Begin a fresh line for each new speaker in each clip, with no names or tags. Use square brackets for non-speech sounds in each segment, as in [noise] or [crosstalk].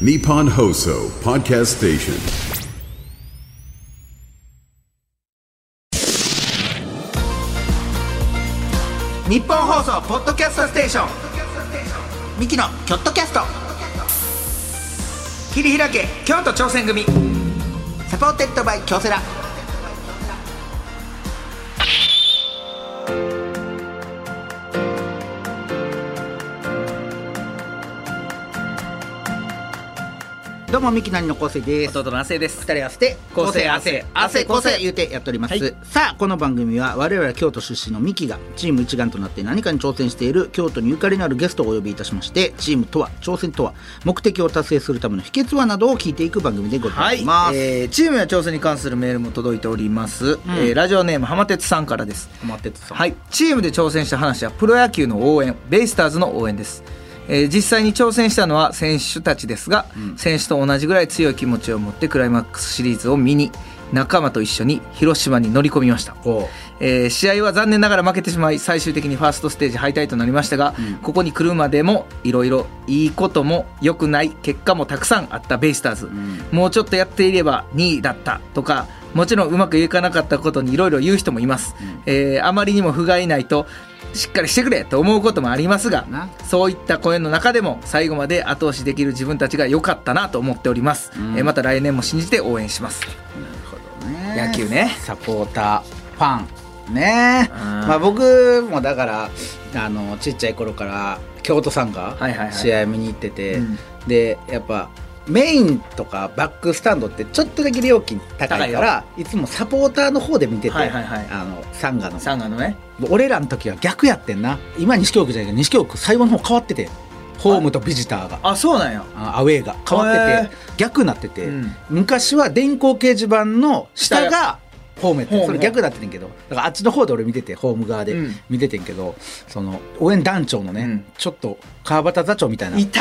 Nippon Hoso Podcast Station.
日本放送ポッドキャストステーションミキのキョットキャスト切り開け京都挑戦組サポーテッドバイ京セラどうもミキナリの構成です
弟の亜生です。
二人合わせて
構成
構
構
成
成
構
構成
成言うてやっております、
はい
さあこの番組は我々京都出身のミキがチーム一丸となって何かに挑戦している京都にゆかりのあるゲストをお呼びいたしましてチームとは挑戦とは目的を達成するための秘訣はなどを聞いていく番組でござ
はいい、
ます、
えーチームや挑戦に関するメールも届いております、えーラジオネーム浜鉄さんからです
浜鉄さん
はいチームで挑戦した話はプロ野球の応援ベイスターズの応援です、えー実際に挑戦したのは選手たちですが、選手と同じぐらい強い気持ちを持ってクライマックスシリーズを見に仲間と一緒に広島に乗り込みました
おう
えー試合は残念ながら負けてしまい最終的にファーストステージ敗退となりましたが、ここに来るまでもいろいろいいことも良くない結果もたくさんあったベイスターズ、もうちょっとやっていれば2位だったとかもちろんうまくいかなかったことにいろいろ言う人もいます、えーあまりにも不甲斐ないとしっかりしてくれと思うこともありますが
な
そういった声の中でも最後まで後押しできる自分たちが良かったなと思っております、えーまた来年も信じて応援します野球ね
サポーターファンねえ
うん
まあ僕もだからあのちっちゃい頃から京都さんが
はいはいはい
試合見に行ってて、
うん
でやっぱメインとかバックスタンドってちょっとだけ料金高いからいつもサポーターの方で見てて、
はいはいはい
あのサンガの
サンガのね
俺らの時は逆やってんな今西京区じゃないけど西京区最後の方変わっててホームとビジターが
あそうなんや
あアウェーが変わってて、逆になってて、
うん
昔は電光掲示板の下
下
がホームやって
ホー
ん
ム
それ逆だってんけどだからあっちの方で俺見ててホーム側で
うん
見ててんけど、その応援団長のね、
うん
ちょっと川端座長みたいない
た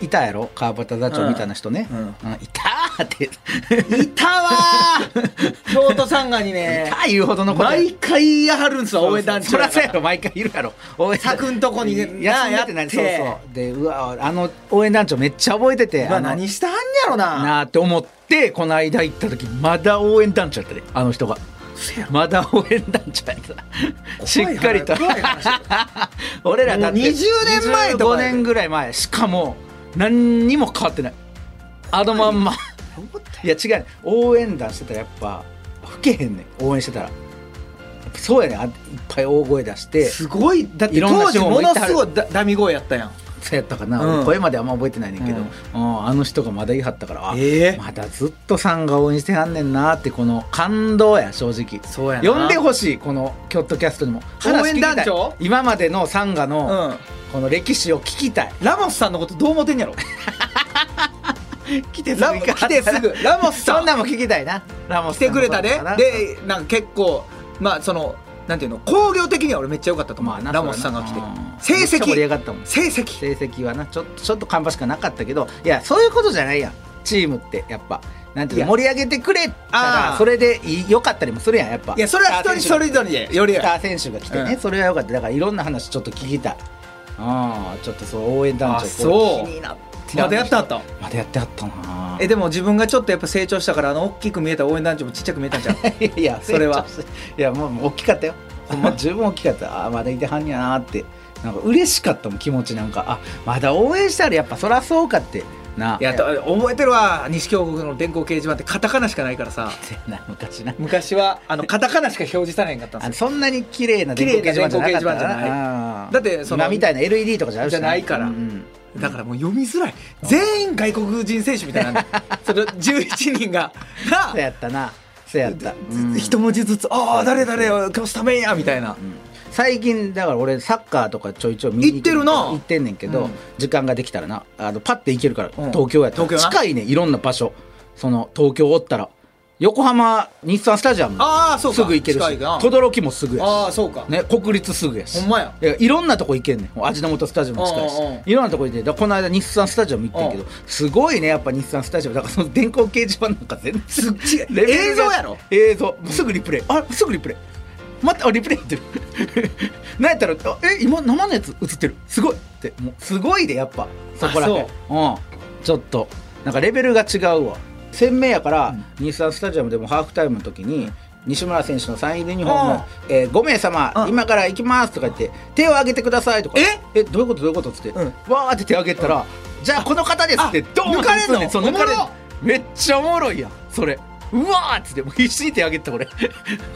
ー
いたやろ川端座長みたいな人ね、
うんうん
うんいたーって
いたわ
[laughs]
ー京都サンガにね
ああいうほどのこと
毎回やはるんすわ応援団長
そりゃそうやろ毎回いるやろ応援団
柵んとこに
いややってないそう
やって
そうでうわあの応援団長めっちゃ覚えてて、
まあ
の
何したんやろな
なあって思ってこの間行った時まだ応援団長やったであの人がまだ応援団長やったしっかりと
怖い話
[laughs] 俺らだって
もう20年前と
5
かやで
年ぐらい前しかも何にも変わってないあのまんまいや違うね応援団してたらやっぱ吹けへんねん応援してたらそうやねんあいっぱい大声出して
すごいだって
いろんな
当時
人も
も
いては
の
る
すごいだダミ声やったやん
そうやったかな、
うん
俺声まであんま覚えてないねんけど、
うん
うんあの人がまだ言い張ったから、あ
ええ
まだずっとさんが応援してはんねんなってこの感動や正直
そうやな
呼んでほしいこのキョットキャストにも
応援団長
話聞きたい今までのサンガの、
うん
この歴史を聞きたい
ラモスさんのことどう思ってん [laughs] やろ
来て
すぐ行か来てすぐラモスさん
そんなんも聞きたいなラモス
し
さ
て
ん
く
のこ
れ
と
た
か
で
な
でなんか結構まあそのなんていうの工業的には俺めっちゃ良かったと思う、
まあな
ラモスさんが来て
そうやな
成
うんめっちゃ盛り上が
績
ったもん
成績
成績はなちょっとちょっと看板しかなかったけどいやそういうことじゃないやんチームってやっぱなんていうの
いや
盛り上げてくれた
あ
ら
ー
それでいいよかったりもするやんやっぱ
いやそれは人それぞれでより
スター選手が来てね、
うん
それはよかっただからいろんな話ちょっと聞きたいああちょっとそう応援団長
あそう
これ気になって
まだやったあった
まだやってあったな
えでも自分がちょっとやっぱ成長したからあの大きく見えた応援団長もちっちゃく見えたんじゃん
[laughs] いやいや
それはい
やもうもう大きかったよもう十分大きかったああまだいてはんやなーってなんか嬉しかったもん気持ちなんかあまだ応援したらやっぱそらそうかってない
やと覚えてるわ西京国の電光掲示板ってカタカナしかないから
[laughs]
さ
ってな昔な
昔はあのカタカナしか表示されへんかったん
あ
で
の
す
そんなに綺麗な電光掲示板じゃなかった
綺麗な電光掲示板じゃ
な
だってその
今みたいな LED とかじゃあるし
じゃないから
うん
よだからもう読みづらい全員外国人選手みたいなその11人が
[laughs] そうやったなそうやった、うん
な一文字ずつ「ああ誰誰今日スタメンや」みたいな
最近だから俺サッカーとかちょいちょい見に
行ってるな
行ってんねんけど、
うん
時間ができたらなあのパッて行けるから、
うん
東京やったら
東京な
近いねいろんな場所その東京おったら横浜日産スタジアム
ああそうか
すぐ行ける
近
し
いな
轟もすぐやし
ああそうか
ね、国立すぐやし
ほんまや
いいろんなとこ行けんねん味の素スタジオも近いし
うんうんうん
いろんなとこ行ってだからこの間日産スタジオも行ってんけど
うん
すごいねやっぱ日産スタジオだからその電光掲示板なんか全然
すっ違う
レベルが
映像やろ
映像すぐリプレイあすぐリプレイまたあリプレイやってる [laughs] なんやったらあえ今生のやつ映ってるすごいってもうすごいでやっぱそこらへん
あ
うんちょっとなんかレベルが違うわ鮮明やから、日産スタジアムでもハーフタイムの時に西村選手のサイン入りユニフォーム
ああ
「えー、5名様
あ
今から行きます」とか言って「手を挙げてください」とか
え
「えどういうことどういうこと?」っつって、
うん
わーって手挙げたら「じゃあこの方です」って
あ
ドーン
抜かれんの
ってそう抜かれん
おもろ
めっちゃおもろいやんそれうわーっつってもう必死に手挙げてた俺こ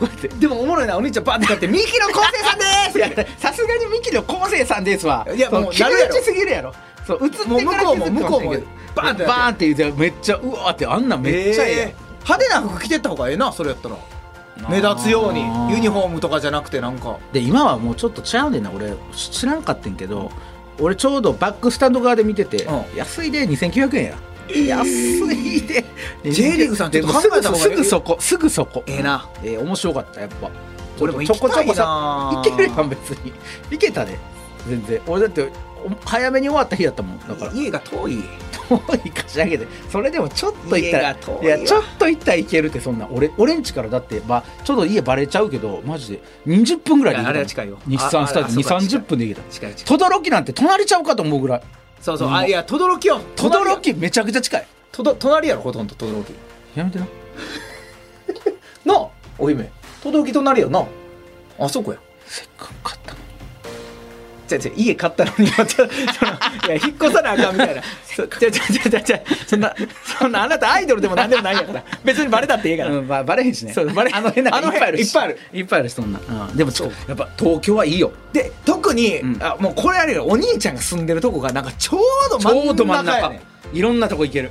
うやって。
でもおもろいなお兄ちゃんバーって買って「ミキの昴生さんで
[laughs] い
す!」
やさすがにミキの昴生さんですわ
いやもう
その気
なるやろ
がちすぎるやろそう映ってから
もう向こうも
気づくかしれんけ
向
ど
こうもバーンってやって
バーンって言うてめっちゃうわーってあんなんめ
め
っ
っ
ち
ち
ゃ
ゃ
え
え
えやん
え派手な服着てった方がええなそれやったら目立つようにユニフォームとかじゃなくてなんか
で今はもうちょっとちゃうねんな俺知らんかってんけど、俺ちょうどバックスタンド側で見てて、
う
安いで2900円や、安いで
J リーグさんちょっと考えた方がいい
すぐそこすぐそこ
ええな
えー面白かったやっぱ
俺も行きたいな
ちょこちょこさいけるやん別にいけたで全然俺だってお早めに終わった日やったもんだから
家が遠い
遠いかしらんけどそれでもちょっと行ったら
家が遠いわ
やちょっと行ったらいけるってそんな俺俺んちからだって、まあ、ちょっと家バレちゃうけどマジで20分ぐらいで行
いや
けた
あれは近いよ
日産スタジオ2
あああそうか
3 0分で行けた
近い近い
轟なんて隣ちゃうかと思うぐらい
そうそうあいや轟よ
轟めちゃくちゃ近い
とど隣やろほとんど轟 [laughs]
やめてな
なあお姫轟隣よなあそこや
せっかく買ったのに
じゃじゃ家買ったのにまたそのいや引っ越さなあかんみたいなじゃじゃじゃじゃそんなそんなあなたアイドルでもなんでもないんやから別にバレたってええから、
うん、ばバレへんしね
そうバレへん
あの辺なんか
あの辺
し
いっぱいある
いっぱいあるしそんな、うん、でもちょやっぱ東京はいいよ
で特に、
ん
あもうこれあれよお兄ちゃんが住んでるとこがなんかちょうど
ちょう
真
ど
ん
真ん
中や
中
ねん
いろんなとこ行ける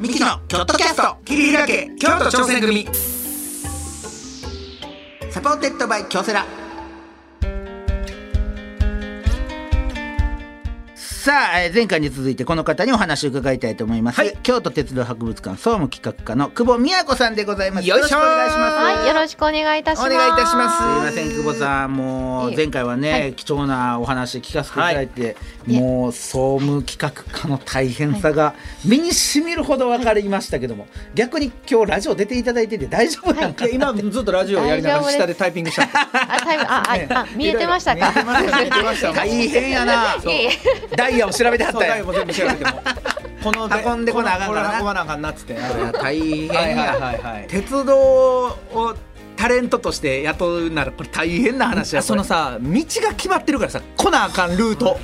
ミキのキョットキャスト
切り開け京都挑戦組
サポーテッドバイ京セラ
さあ、えー前回に続いてこの方にお話を伺いたいと思います、京都鉄道博物館総務企画課の久保美也子さんでございます
よいしょー
ろくお願いします
はい、よろしくお願いいたします。
お願いいたします
すいません久保さんもう
いえ
前回はね、
はい
貴重なお話聞かせていただいて、もう総務企画課の大変さが身にしみるほど分かりましたけども、逆に今日ラジオ出ていただいてて大丈夫なんか、
いや今ずっとラジオやりながら下でタイピングした
あ、タイム、あ、あ、あ、見えてましたか。
見えてました
[laughs] 大変やな
えいえ
ダイヤを調べてはっ
そう
た
だ
や
よ
ん
もう全部調べてもこの
運んでこなあかんからな
これ運ばなあかんなっつって
いや大変や、
はいはいはいはい
鉄道をタレントとして雇うならこれ大変な話や
あその
こ
さ道が決まってるからさ来なあかんルート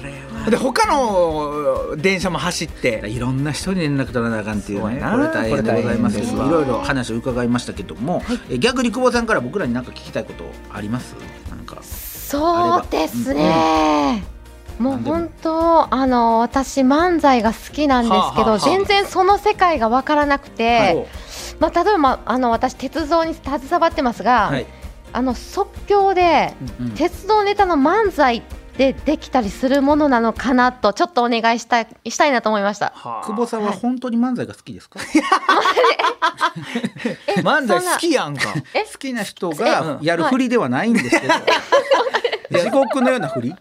で他の電車も走っ
れ
て
いろんな人に連絡取らなあかんっていうね
そうやな
これ大変でございますけ
これ大変です
ど
わ
いろいろ話を伺いましたけども、え逆に久保さんから僕らに何か聞きたいことありますなんか
そうですね。もう本当あの私漫才が好きなんですけ
はあはあは
ど
あ
全然その世界が分からなくてまあ、例えば、まあ、あの私、鉄道に携わってますが、
はい
あの即興で、
うん
鉄道ネタの漫才でできたりするものなのかなと、ちょっとお願いしたいしたいなと思いました。
久
久保さんは本当に漫才が好きですか、
漫才好きやん [laughs] か。
え
好きな人がやる
はい
振りではないんですけど、地獄のような振
[laughs]
り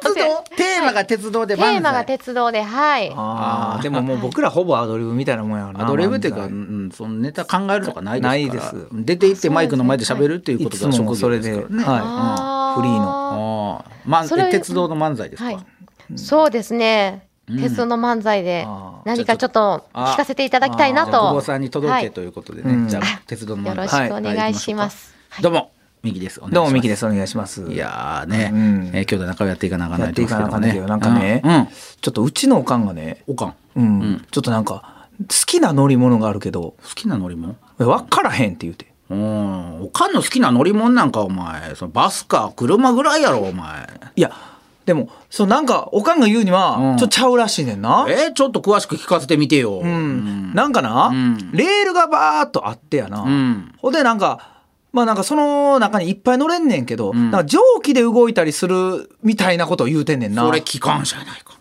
鉄道テーマが鉄道で
テ
漫才
ーマが鉄道で、はい。
ああでももう僕らほぼアドリブみたいなもんやろな
アドリブっていうか、う
漫才
ん、そのネタ考えるとかないですから
ないです
出て行ってマイクの前で喋るっていう
い
こと
つ
が
も
職
そ
業
れ
で
です
からね。
はい
あ
フリーの
あーまあ
それ
鉄道の漫才ですか。
はい、そうですね、鉄道の漫才で
あー
何かちょっと聞かせていただきたいな
じゃあ久保
と、
さんに届けということでね。
はい
じゃあ鉄道の
よ
漫
ろ
才。
しくお願いします。
はいどうもミキです。お願いします
どうもミキですお願いします
いやーね、
うん
えー兄弟仲良くやっていかなあかんな
や
い
っていかなあかんねんけどな
な
んかね、
うん、うん
ちょっとうちのおかんがね、
おかん
うんちょっとなんか好きな乗り物があるけど
好きな乗り物
分からへんって言うて
うんおかんの好きな乗り物なんかお前そのバスか車ぐらいやろお前
いやでもそうなんかおかんが言うには、
うん
ちょっとちゃうらしいねんな、
えーちょっと詳しく聞かせてみてよ、う
うんなんかな、
ん
レールがバーっとあってやな、
ん
ほんでなんかまあなんかその中にいっぱい乗れんねんけど、
ん
なんか蒸気で動いたりするみたいなことを言うてんねんな
それ機関車やないか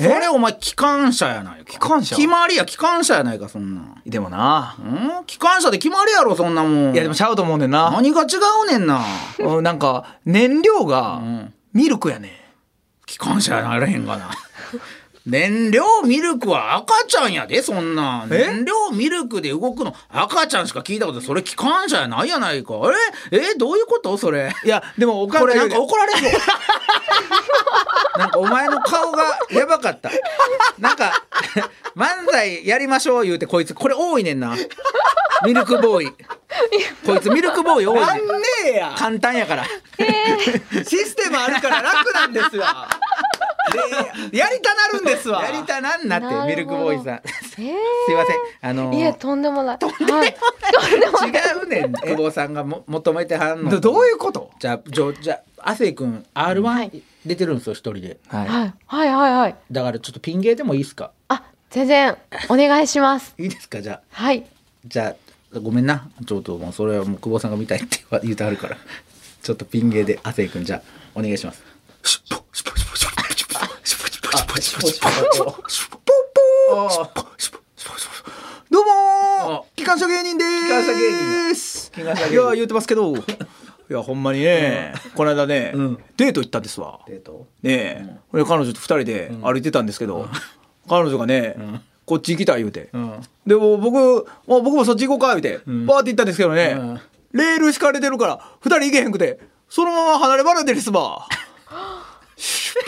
そ
え
れお前機関車やないか
機関車
決まりや機関車やないかそんなん
でもな、
うん機関車で決まりやろそんなもん
いやでもちゃうと思うねんな、
何が違うねんな
うんなんか燃料が
ん
ミルクやねん
機関車やなれへんがな [laughs] 燃料ミルクは赤ちゃんやでそんなん
え
燃料ミルクで動くの赤ちゃんしか聞いたことないそれ機関車やないやないかええどういうことそれ
いやでもおかん
こ
が
れ
言
な
うんね
か怒
[laughs]
られるなんかお前の顔がやばかったなんか [laughs] 漫才やりましょう言うてこいつこれ多いねんなミルクボーイこいつミルクボーイ多いねん
ねえや
簡単やから
システムあるから楽なんですわ。でやりたなるんですわ。
やりたなんなって
な
ミ
る
ルク
ほど
ボーイさん
えー
すいませんあの
いやとんでもない。とんでもない。とんでもない。
違うねん久保さんがも求めてはんの
どどういうこと？
じゃあじゃあじゃあ亜生君 R1、
はい
出てるんですよ一人で
は
はいはいはいはい。
だからちょっとピン芸でもいいですか
あ全然お願いします。
いいですかじゃあ
はい。
じゃあごめんなちょっともうそれはもう久保さんが見たいって言わ言うてあるからちょっとピン芸で亜生君じゃあお願いします
どうも
あ
ー、機関車芸人で
関車芸
ーす。
機関車芸人
いや言ってますけど、 [laughs] いやほんまにね、この間ね、
ん
デート行ったんですわ。
デート
ねえ、俺彼女と二人で歩いてたんですけど、彼女がね、こっち行きたい言うて、
ん
でもう僕あ僕もそっち行こうか言うて、バーって行ったんですけどね、
ん
レール敷かれてるから二人行けへんくてそのまま離れ離れですば。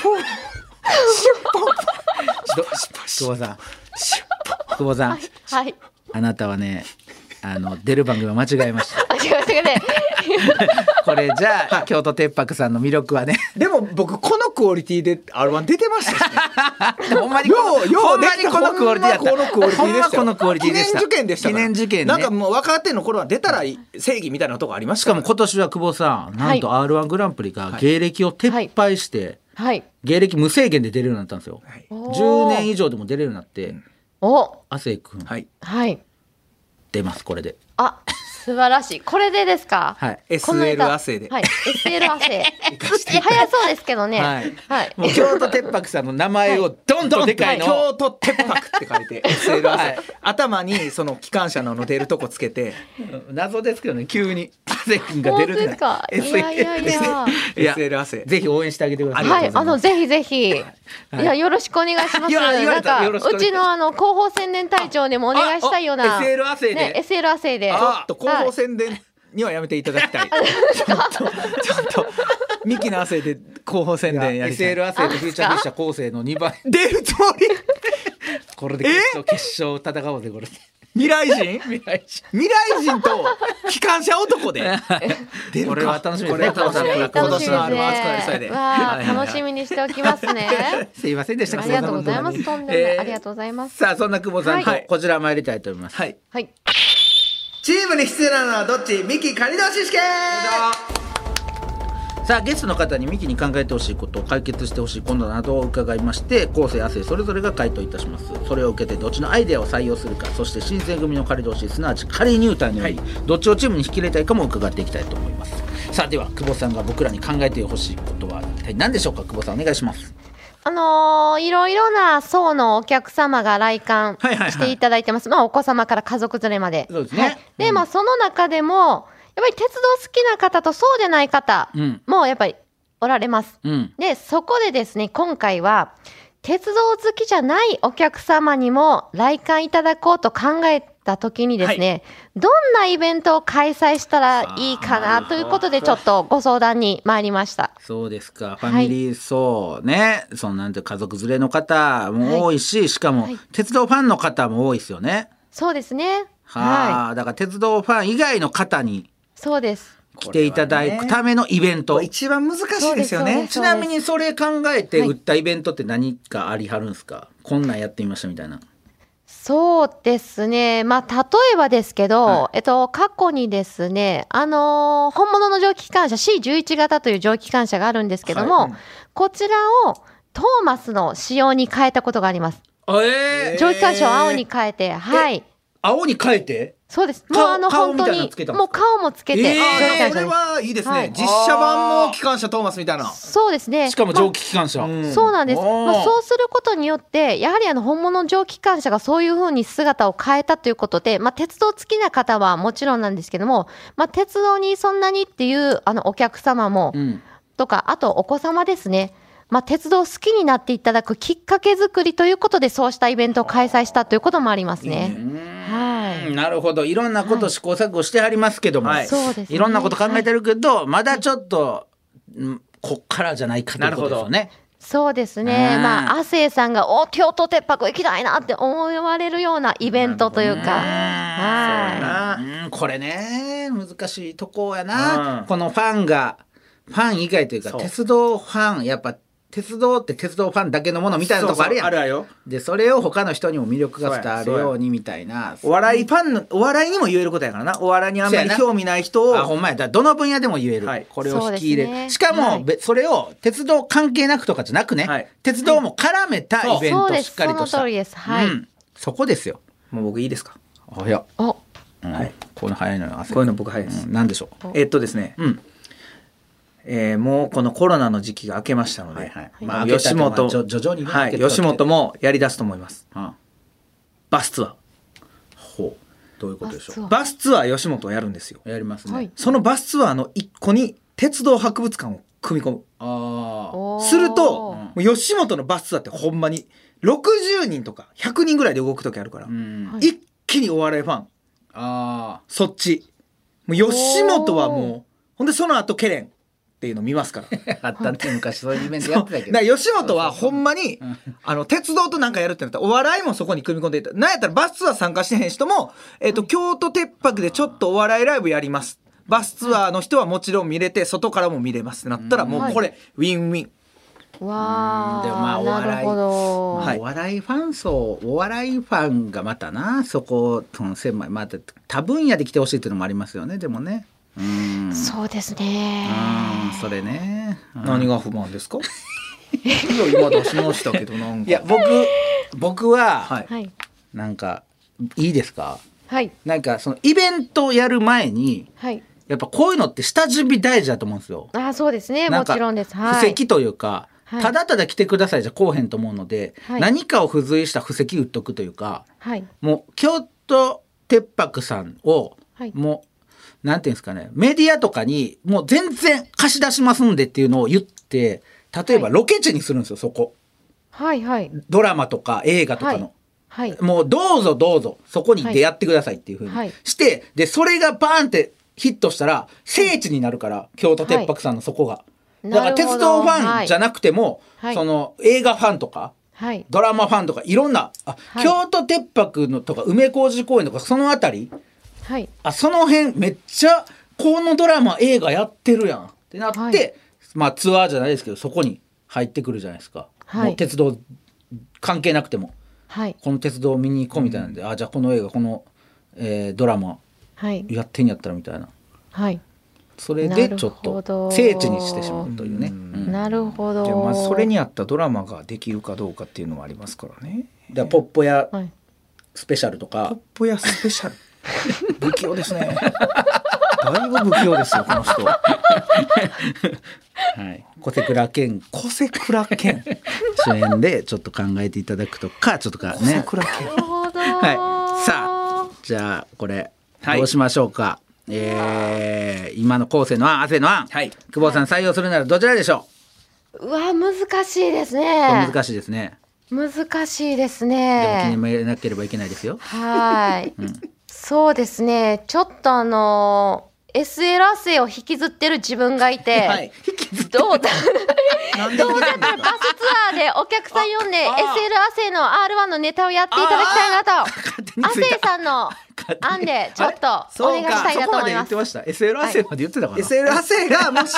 ど久保さん久保さん
はい。
あなたはねあの出る番組を間違えました
あ違う違うね。
これじゃあ、京都鉄白さんの魅力はね
でも僕このクオリティで R1 出てま [laughs] したしね。
ほんまに
よ
この
うよう
ほんまにこのクオリティだった
ほんまこのクオリティでした。
ほんまこのクオリティでした
記念受験でしたから。
記念受験ね
なんかもう若手の頃は出たらいい正義みたいなとこありまし
したか
か
も
ら。
今年は久保さんなんと r 1グランプリが芸歴を撤廃して、
はい。
芸歴無制限で出るようになったんですよ、
おー
10年以上でも出れるようになって
お
亜生君
はい。
はい。
出ますこれ
[laughs]
で
あ素晴らしい。これでですか。
はい
SL 汗で。
はい。
[laughs]
SL 汗。早そうですけどね。
は
はいい。
も [laughs] う京都鉄白さんの名前をどんどんでかいの、
京都鉄白って書いて SL 汗、
はい
頭にその機関車の出るとこつけて
謎ですけどね急に亜生君 [laughs] が出るってな
本当で
SL
すかいやいやいや
いや
SL 汗
ぜひ応援してあげてください
はい、あのぜひぜひ、い、やよろしくお願いしま
い
す。
や言わ
な
れ
ん
た
か
よろしくお願
う
いします
ちのあの広報宣伝隊長にもお願いしたいよう
あ
な
あ SL 汗で
ね、SL 亜生で、
ちょっと広報
はい
宣伝にはやめていただきたい。ちょっと、ちょっと、ミキの汗で広報宣伝やりたい。
SL 亜生とフューチャーフィッシャー構成の2倍
[laughs]
出るつも
これで決勝決勝戦おうぜこれで
り未来人
[laughs] 未来人
未来人と機関車男
[laughs]
で。出るか
これは楽しみですね
これは楽しみだ
これ。
今
楽
年
しみ
の
で
あ
す
の熱く
ね。
なりそうやで。
わ
は
あ
いはいはい
楽しみにしておきますね
[laughs] すいませんでした
ありがとうございます。とんでもない、
えー
ありがとうございます。
さあそんな久保さんと
はい
こちら参りたいと思います、
はい。
はい。
チームに必要なのはどっちミキ仮同士試験
さあゲストの方にミキに考えてほしいこと解決してほしい今度などを伺いまして昴生亜生それぞれが回答いたしますそれを受けてどっちのアイデアを採用するかそして新選組の仮同士すなわち仮入隊のように、どっちをチームに引き入れたいかも伺っていきたいと思いますさあでは久保さんが僕らに考えてほしいことは一体何でしょうか久保さんお願いします
あのーいろいろな層のお客様が来館
はいはいはい
していただいてます。まあ、お子様から家族連れまで。
そうですね
はいで、まあ、その中でも、やっぱり鉄道好きな方とそうでない方
うん
もやっぱりおられます。
うん
で、そこでですね、今回は、鉄道好きじゃないお客様にも来館いただこうと考えた時にですね、どんなイベントを開催したらいいかなということで、ちょっとご相談に参りました。
そうですか。フ
はい
ァミリー層ね、そのなんていうか家族連れの方も多いし、しかも
はい
鉄道ファンの方も多いですよね。
そうですね。
はあ、
はい。
だから鉄道ファン以外の方に
そうです。
来ていただくためのイベント。
一番難しいですよ
そうで
ね
す
ちなみにそれ考えて売ったイベントって何かありはるんですか、こんなんやってみましたみたいな。
そうですね。まあ、例えばですけど、
は
えっと、過去にですね、あのー本物の蒸気機関車 C11 型という蒸気機関車があるんですけども、こちらをトーマスの仕様に変えたことがあります。
あえー
蒸気機関車を青に変えて、はい。
青に変えて
そうです。もう
顔
あの、
顔
本
みたい
当
なの
に
つけた、んです
もう顔もつけて、
えー
蒸気機
あ
関
ー
こ
車
れ
に。
はいいですね、
はい
実写版も機関車トーマスみたいな
そうですね。
しかも蒸気機関車。
ん
そうなんです、
おー
まあ、そうすることによって、やはりあの本物の蒸気機関車がそういうふうに姿を変えたということで、まあ、鉄道好きな方はもちろんなんですけども、まあ、鉄道にそんなにっていうあのお客様も、
ん
とか、あとお子様ですね、まあ、鉄道好きになっていただくきっかけ作りということで、そうしたイベントを開催したということもありますね。はい
うんなるほどいろんなこと試行錯誤してはりますけども、
はい
い
そうですね
ろんなこと考えてるけど、まだちょっと、うんこっからじゃないかということですよね。
そうです
あ
ね、
ー
まあ、亜生さんが、お京都鉄泊行きたいなって思われるようなイベントというか。はい
うん、これね難しいとこやな、このファンがファン以外というか鉄道ファンやっぱ鉄道って鉄道ファンだけのものみたいなとこあるやん
そうそうあるわよ
でそれを他の人にも魅力が伝わるようにみたいな
お笑いファンのお笑いにも言えることやからなお笑いにあんまり興味ない人
あほ
を
んまやだからどの分野でも言える、
はい
これを引き入れる、
そうですね
しかも、
はい
べそれを鉄道関係なくとかじゃなくね、
はい
鉄道も絡めたイベン
そう
ト
で
し
す
っかりとした
その通りですはい
うん、そこですよ
もう僕いいですか
あいや、
お
うんこういうの早いのよ汗
こういうの僕早いです、
うん、なんでしょう
えっとですね、
うん
えーもうこのコロナの時期が明けましたので、
はいはいまあ
吉本、
明けたとは徐徐々にね
はい、
明けたとは
吉本もやりだすと思います。
あ
バスツア
ほうどういうことでしょ
あそうう
ー。バスツアー吉本をやるんですよ。
やりますね、
はい
そのバスツアーの一個に鉄道博物館を組み込
ああ
お
む。
ー
すると、もう吉本のバスツアーってほんまに60人とか100人ぐらいで動く時あるから、
うん
はい
一気にお笑いファン、
あ
そっち。もう吉本はもう、ほんでその後ケレンっていうの見ますから。
ー [laughs] あったね昔そういうイベントや
だ
ってたけど
から吉本はほんまにあの鉄道となんかやるってなったらお笑いもそこに組み込んでいったなんやったらバスツアー参加してへん人も、えっと京都鉄泊でちょっとお笑いライブやりますバスツアーの人はもちろん見れて外からも見れますってなったらもうこれウィンウィン
わ
うん
あ、
でもまあお笑い
なるほど、
まあ
はい
お笑いファン層お笑いファンがまたなそこその狭いまた多分野で来てほしいっていうのもありますよねでもねうん
そうですね
うんそれねうん
何が不満ですかいや今出しましたけどなんか
[laughs] いや僕僕は、
はい
はい
なんかいいですか
はい
なんかそのイベントをやる前に
はい
やっぱこういうのって下準備大事だと思うんですよ。
あーそうですね
な
も
か
ちろんです
布
はい
石というか、
はい
ただただ来てくださいじゃこうへんと思うので、
はい
何かを付随した布石打っとくというか
はい
もう京都鉄泊さんを、
はい
もうなんていうんですかねメディアとかにもう全然貸し出しますんでっていうのを言って例えば
はい
ロケ地にするんですよそこ
はいはい
ドラマとか映画とかの。
はい
もうどうぞどうぞそこに出会ってくださいっていうふう
は
に
い
して、でそれがバーンってヒットしたら聖地になるから、京都鉄泊さんのそこが、
い
だから
なるほ
鉄
ど
道ファンじゃなくても、
はい
その映画ファンとか
はい
ドラマファンとかいろんなあ、
はい
京都鉄泊のとか梅小路公園とかその辺り
はい
あその辺めっちゃこのドラマ映画やってるやんってなって、
はい
まあツアーじゃないですけどそこに入ってくるじゃないですか、
はい
もう鉄道関係なくても。
はい
この鉄道見に行こうみたいなんで、あじゃあこの映画この、えードラマ
はい
やってんやったらみたいな
はい
それでちょっ
なる
と
ほど
聖地にしてしまうというね、うん
なるほど
じゃあまずそれに合ったドラマができるかどうかっていうのもありますからね。
だからポッポや [laughs]
はい
スペシャルとか、
ポヤスペシャル。
[laughs]
不器用ですね。 [laughs] だいぶ不器用ですよ、この
[laughs]
人。
はい、小瀬倉健小瀬倉健 [laughs] 主演でちょっと考えていただくとかちょっとかね
なるほど、
はいさじゃあこれ
はい
どうしましょうか、えー今の後世の案汗の案、
はい
久保さん採用するならどちらでしょ
うわ難しいです
う、
ね
これ難しいですね、
難しいです
で
ね
も決めなければいけないですよ
はい、そうですねちょっとあの SL 汗を引きずってる自分がいて、
はい
どうだ [laughs]
なんで
だったらバスツアーでお客さん呼んで SL 汗の R1 のネタをやっていただきたいなと亜生さんの案でちょっとお願いしたいなと思います。
ました SL 汗まで言ってたかな、
SL 亜生がもし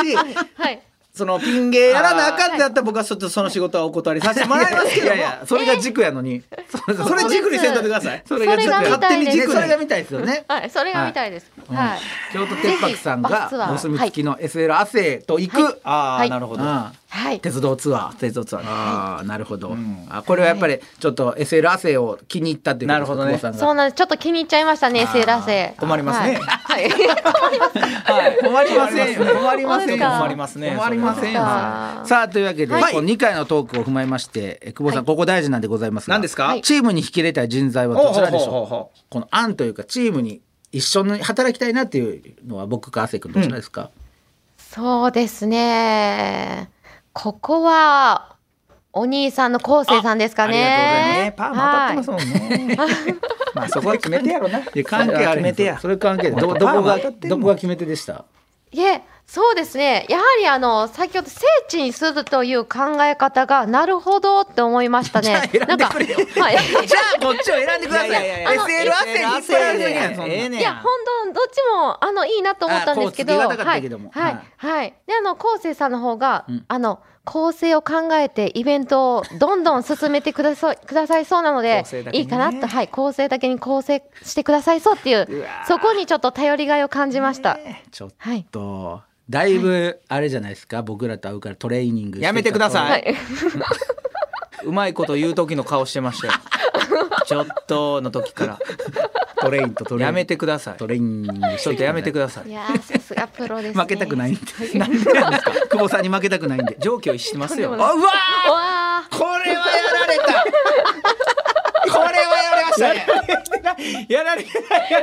はい、
そのピン芸やらなあかんってなったら僕はちょっとその仕事はお断りさせてもらいますけど
い
も
やいやそれが軸やのに、そ
それ軸にせんとってください
それが軸
それが見たい
勝手
です
に軸それが見たいですよね
はい、それが見たいです。はい、
京都鉄白さん
ぜひバ
が
スツアー
お墨付きの SL 亜生と行く、
はい
あ
は
あ
い
なるほど
ああ
はい、
鉄道ツアー鉄道ツアー、ああなるほど、あこれはやっぱりちょっと SL 亜生を気に入ったっていうことですか
なるほどね
久保さんが
そうなんです。ちょっと気に入っちゃいましたね、セーラー製。
困りますね
はい。 [laughs] はい、困りますか。
はい、困りませんよ。困りませんよ。
困
りますね
困りませんよ。
そうですか
さあ、というわけで、
はい
この2回のトークを踏まえまして、え久保さん、
はい
ここ大事なんでございますが。
何ですかはい
チームに引き入れたい人材はどちらで
ほうほ
し
うほう
ょ
ほ
うこの案というか、チームに一緒に働きたいなっていうのは、僕か亜生君どちらですか、
そうですね。ここは、お兄さんの昴生さんですかね。
ね、パーマ当たってますもんね。まあそこは決めてやろな。
いや関係あ
決
る
めてや。
それ関係ないどど
パー
こ
マ
が
当たってん
ど
の
こが決め手でした
はい。いえ、そうですね。やはりあの、先ほど聖地にするという考え方が、なるほどって思い
[laughs]
ましたね。なんか、はい。
こっちを選んでください
いやいやいやあの
SL 亜生引っ張られすぎやんそんな
ええねん
いや本当どっちもあのいいなと思ったんですけど
あこう次言わなかったけども
はい
はい
はい、はいであの昴生さんの方が、あの構成を考えてイベントをどんどん進めてくださください [laughs] そうなので
構成だけ
い
にね
いかなとはい構成だけに構成してくださいそうっていうそこにちょっと頼りがいを感じました、
ちょっと
はい
とだいぶあれじゃないですか、僕らと会うからトレーニングしてきた
やめてくだ
は
さい。
い、
うまいこと言う時の顔してま
[laughs]
したよ。ちょっとの時から。
トレインとトレイン
やめてください。
トレイングしてきた
ちょっとやめてくださ
い
い。
やーさすがプロで
[laughs]
す、ね、
負けたくないんでなんでなんですか久保さんに負けたくないんで
上気を逸してますよ。
あうわ
うわー
これはやられたこれはやられましたね
やられ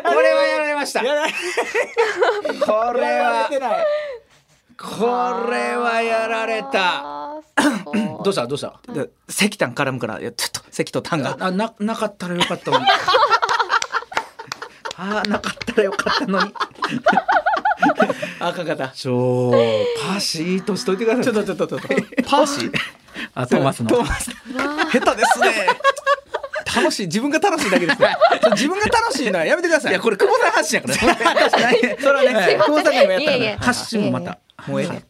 これはやられましたこれは
ない。
これはやられた
あーすごい
[laughs] どうしたどうした
で石炭絡むから、いやちょっと石と炭が。
あななかったらよかったのに [laughs] あーなかったらよかったのに
赤方。
ちょパシーとしといてください
ちょっとちょっとちょっと。パーシー。
あトーマスの
トーマス下手ですね。楽しい自分が楽しいだけですね。ちょ自分が楽しいのはやめてください。いやこれ久保さん発信やから。確かに。それはね
すいません
久保さんが今やったから。
いえいえ
ハッシュもま
いや
た
もうええね。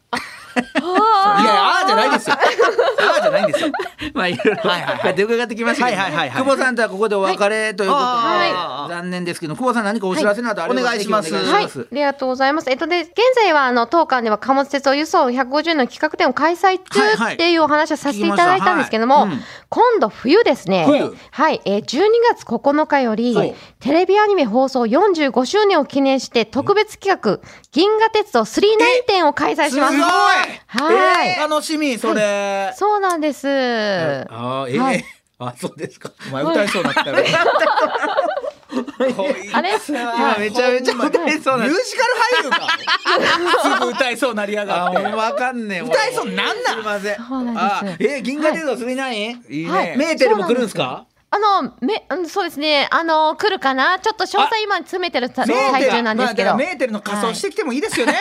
あ
いやいやあーじゃないですよ。あーじゃないんですよ。
まあいろいろ
はいはいはい
こうやって伺ってきましたけど
はいはいはいはい
久保さんとはここでお別れということで
は
残念ですけど久保さん何かお知らせなどあれば
はい
ぜひお願いします
はい、ありがとうございます。えっとで現在はあの当館では貨物鉄道輸送150の企画展を開催
はいはい
中っていうお話をさせていただいたんですけども、
聞きまし
今度冬ですね。
冬
はい、えー12月9日より、
はい
テレビアニメ放送45周年を記念して特別企画銀河鉄道39展を開催します。
すごい
はい、
えー楽しみそれ
そうなんです。
あーええ
はい
あそうですか
お前歌いそうになった [laughs] ら。
あれ、
今めちゃめちゃ歌いそう
ミ
な
ュージカル俳優か。すぐ歌いそうなりや
あ
がっ
もう
て。
わかんねえ
歌いそうなんなん
すいません
そうなんです
あえ銀河鉄道39
いい
は
ね
い。
メーテルも来るんですか
あの、め、うんそうですね。あの、来るかなちょっと詳細今詰めてるさ
メー
最
テ
中
ル
なんですけど。
まあだからメーテルの仮装してきてもいいですよね。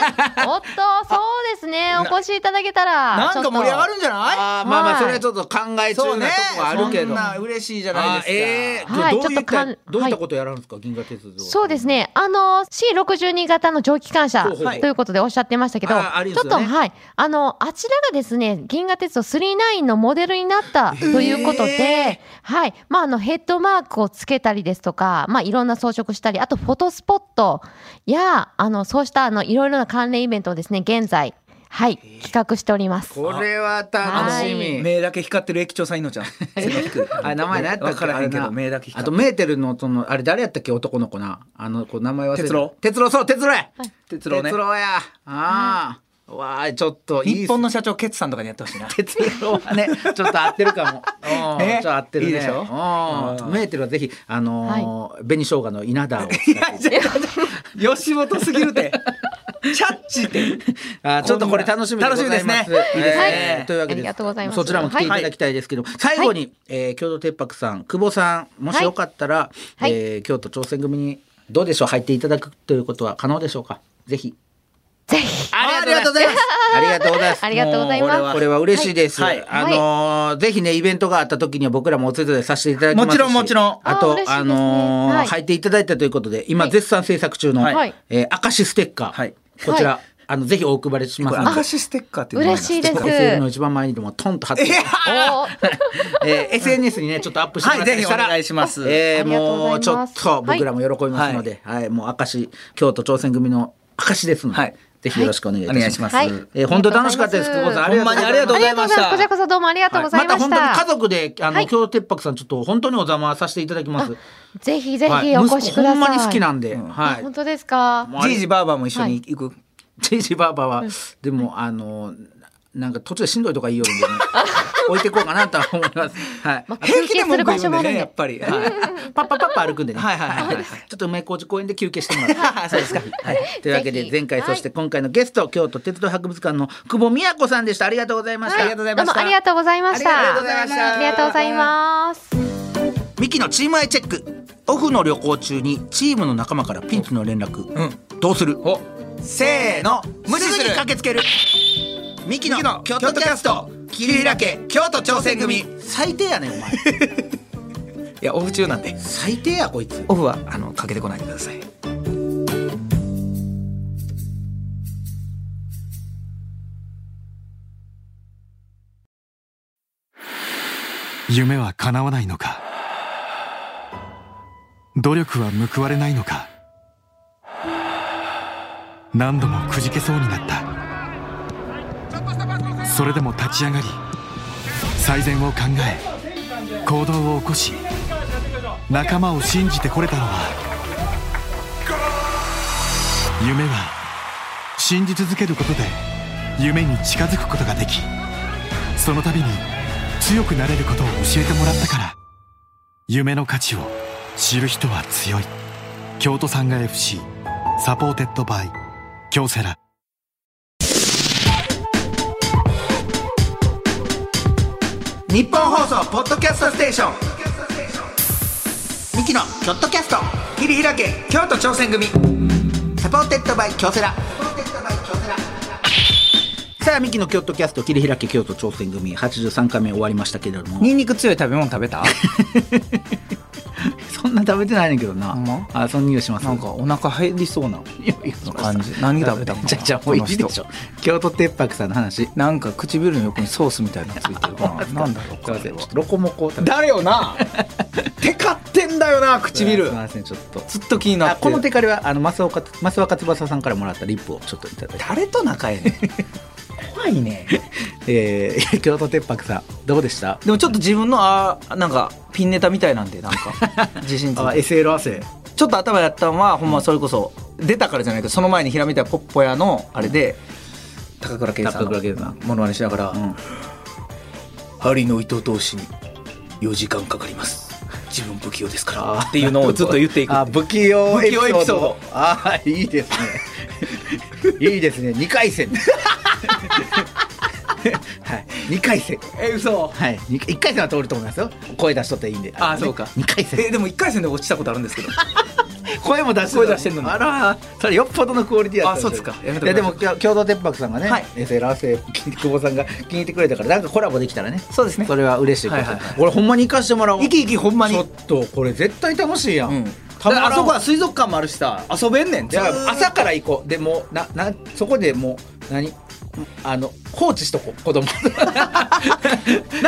おっと、そうですね。お越しいただけたら。
なんか盛り上がるんじゃない？
あーまあまあ
はい
それはちょっと考え中
そうね
なとこがあるけ
そ
ど
んな嬉しいじゃない
あ
ですか。
ええ
はい
どういっ
ちょ
た
っとかん
どういったことやるんですか銀河鉄道
そうですね。あの、C62 型の蒸気機関車
ほうほうほう
ということでおっしゃってましたけど、
あありま
ち
す
ょ
よ
っ
ね
と、はい。あの、あちらがですね、銀河鉄道39のモデルになったということで、はい。ままあ、あのヘッドマークをつけたりですとか、まあ、いろんな装飾したりあとフォトスポットやあのそうしたあのいろいろな関連イベントをですね現在、はい、企画しております。
これは楽しみ。
目だけ光ってる駅長さんいのちゃん背が低い
[laughs] あ名前何やったっ
わ
け
からへんけど
あれな
目だけ光
あ
って
と
る
メーテルのそのあれ誰やったっけ男の子なあの子名前忘れた
哲郎
哲郎そう哲郎や
哲郎ね
哲郎やああわあちょっといいっす
日本
[laughs]
の社長ケツさんとかにやってほしいな
哲郎はねちょっと合ってるかもうん
ね
ちょっと合ってるね
いいでしょ
うん
うん
メーテルはぜひあのー紅生姜の稲田を使って
吉本すぎるてキャッチって
あーちょっとこれ楽しみでございま
楽し
す。
みですね
いいですね。
はい
というわけで
ありがとうございます
そちらも来ていただきたいですけど、最後に、えー京都鉄白さん、久保さん、もしよかったら、
はい
えー京都挑戦組にどうでしょう入っていただくということは可能でしょうか。ぜひ。
ぜひ
ありがとうございます。ありがとうございます。
ありがとうございます
もこれは嬉しいです。
はい
あのーぜひね、イベントがあった時には僕らもお手伝いさせていただきますし。
もちろんもちろん
あ
あ
と
嬉しい、ですね
あのー
はい
入っていただいたということで、今
はい
絶賛制作中の、
はい
えー明石ステッカー。
はい
こちら、
はい
あの、ぜひお配りしますので。
証ステッカーっていうのがあります
嬉しいです
SL の一番前にでもトンと貼って、
お
[laughs]
ー
えー SNS にねちょっとアップしてもらったりしたら、
はいぜひお願いします
えー
ありがとうござい
も
ま
う
す
ちょっと僕らも喜びますので、はい、もう明石京都挑戦組の明石ですので、
はい
ぜひよろしくお願いい
お
たします。
願いします、
はい
えー本当楽しかったです。
あ
久
り
保
が
さ
とうございます
ん、ありがとうござい
ほんまにありがとうござい
ます
ました
こちらこそどうもありがとうございました。
本当に家族で、あの、
はい
京都鉄白さん、ちょっと本当におざまさせていただきます。
ぜひぜ
はい
ひお越しく
息子
ださい。
ほんまに好きなんで、はい。
本当ですか。
もうあれ
じいじばあばも一緒に行く、
ジェイジバーバーは、でも、あの、なんか途中でしんどいとか言いよるんでね、
[laughs]
置いていこうかなとは思います。はい。
まあ
平気でも
休憩する場所もあるんで
やっぱり、
はい、パッパッパッパ歩くんでね。
はいはいはいはい
ちょっと梅小路公園で休憩してもらって。そうですか。はい。というわけ
ぜ
で
ひ
前回
はい
そして今回のゲスト、京都鉄道博物館の久保美也子さんでした。ありがとうございました。
ありがとうございま
どう
し
も
た
ありがとうございました。
ありがとうございました
ありがとうございます。
ミキのチームアイチェックオフの旅行中にチームの仲間からピンチの連絡、どうする
せーの無視す
すぐ
る
に駆けつけるミキの京都キャスト桐平家京都挑戦組
最低やねんお前。
いやオフ中なんで
最低やこいつ。
オフはあのかけてこないでください
夢は叶わないのか努力は報われないのか何度もくじけそうになったそれでも立ち上がり最善を考え行動を起こし仲間を信じてこれたのは夢は信じ続けることで夢に近づくことができその度に強くなれることを教えてもらったから夢の価値を知る人は強い京都産が FC サポーテッドバイ京セラ
日本放送ポッドキャストステーションミキの京都キャスト桐平家京都挑戦組サポーテッドバイ京セラ
さあミキの京都キャスト切り開け京都挑戦組83回目終わりましたけれども。
ニンニク強い食べ物食べた
そんな食べてないねんけどな。
ほんま
あそんな匂いします。
[laughs]
なんかお腹減りそうな
匂いします
[laughs] 感じ何食べたのかな
じゃあじゃあもういいで
この
し
人
ょ。京都鉄白さんの話。
なんか唇の横にソースみたいなのついてる [laughs] かななんだろう
すい
こ
ま
れ
せん。ちょ
は
っとロコモコ食べて
誰よ
[laughs]
なテカってんだよな
す
唇
いませんちょっと。
ずっと気にな
あ
って
こ
る
のテカリはあの増岡増若翼さんからもらったリップをちょっといただいて、
誰と仲ええねん怖いね
えー、京都鉄白さんどうでした
[laughs] でもちょっと自分のあーなんかピンネタみたいなんでなん [laughs] か自信つい
あ
て
SL 汗
ちょっと頭やったんはほんまそれこそ出たからじゃないけどその前にひらめいたポッポ屋のあれで高倉健さん
高倉健さ
の
ん
ものまねしながら、針の糸通しに4時間かかります自分不器用ですからっていうの [laughs] をずっと言っていく
あ不器用エピソ
不器用
ード
エピソード
あーいい
[laughs]
ですねいいですね二回戦はい二回戦
え嘘
はい二一回戦は通ると思いますよ声出しとっていいんで
あ
のね
そうか
二回戦
えでも1回戦で落ちたことあるんですけど
声も出して
声出してんのに
あらそれよっぽどのクオリティやった
あそうっすかやめ
やめ
ときましょう
やでもきょ共同鉄白さんがね、
はい
SL 汗久保さんが気に入ってくれたからなんかコラボできたらね
そうですね
それは嬉しいこと、
はいはいはい
俺ほんまに行かしてもらおう
生き生きほんまに
ちょっとこれ絶対楽しいやん、
うん
たまらん
あそこは水族館もあるしさ遊べんねん
いや朝から行こうでもうななそこでもう何あの放置しとこ
[laughs]
う子供
な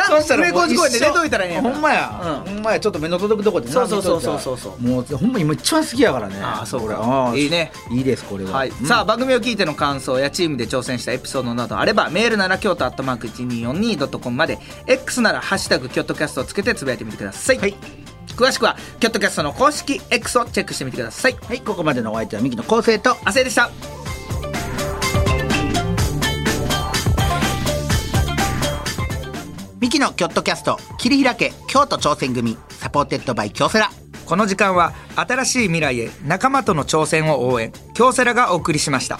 そしたらも
上高
う
地公園で
一緒
寝といたらええんやから
ほんまや、
うん
ほんまやちょっと目の届くとこでな
そうそうそう
見といたら
そうそうそう
もうほんま今一番好きやからね
あーそうか
これー
いいね
いいですこれは、
はい
うん
さあ番組を聞いての感想やチームで挑戦したエピソードなどあればメールなら京都アットマーク 1242.com まで X なら「ハッシュタグキョットキャスト」をつけてつぶやいてみてください、
はい
詳しくはキョットキャストの公式 X をチェックしてみてください
はいここまでのお相手はミキの構成と
亜生でした
ミキのキョットキャスト切り開け京都挑戦組サポーテッドバイ京セラ
この時間は新しい未来へ仲間との挑戦を応援京セラがお送りしました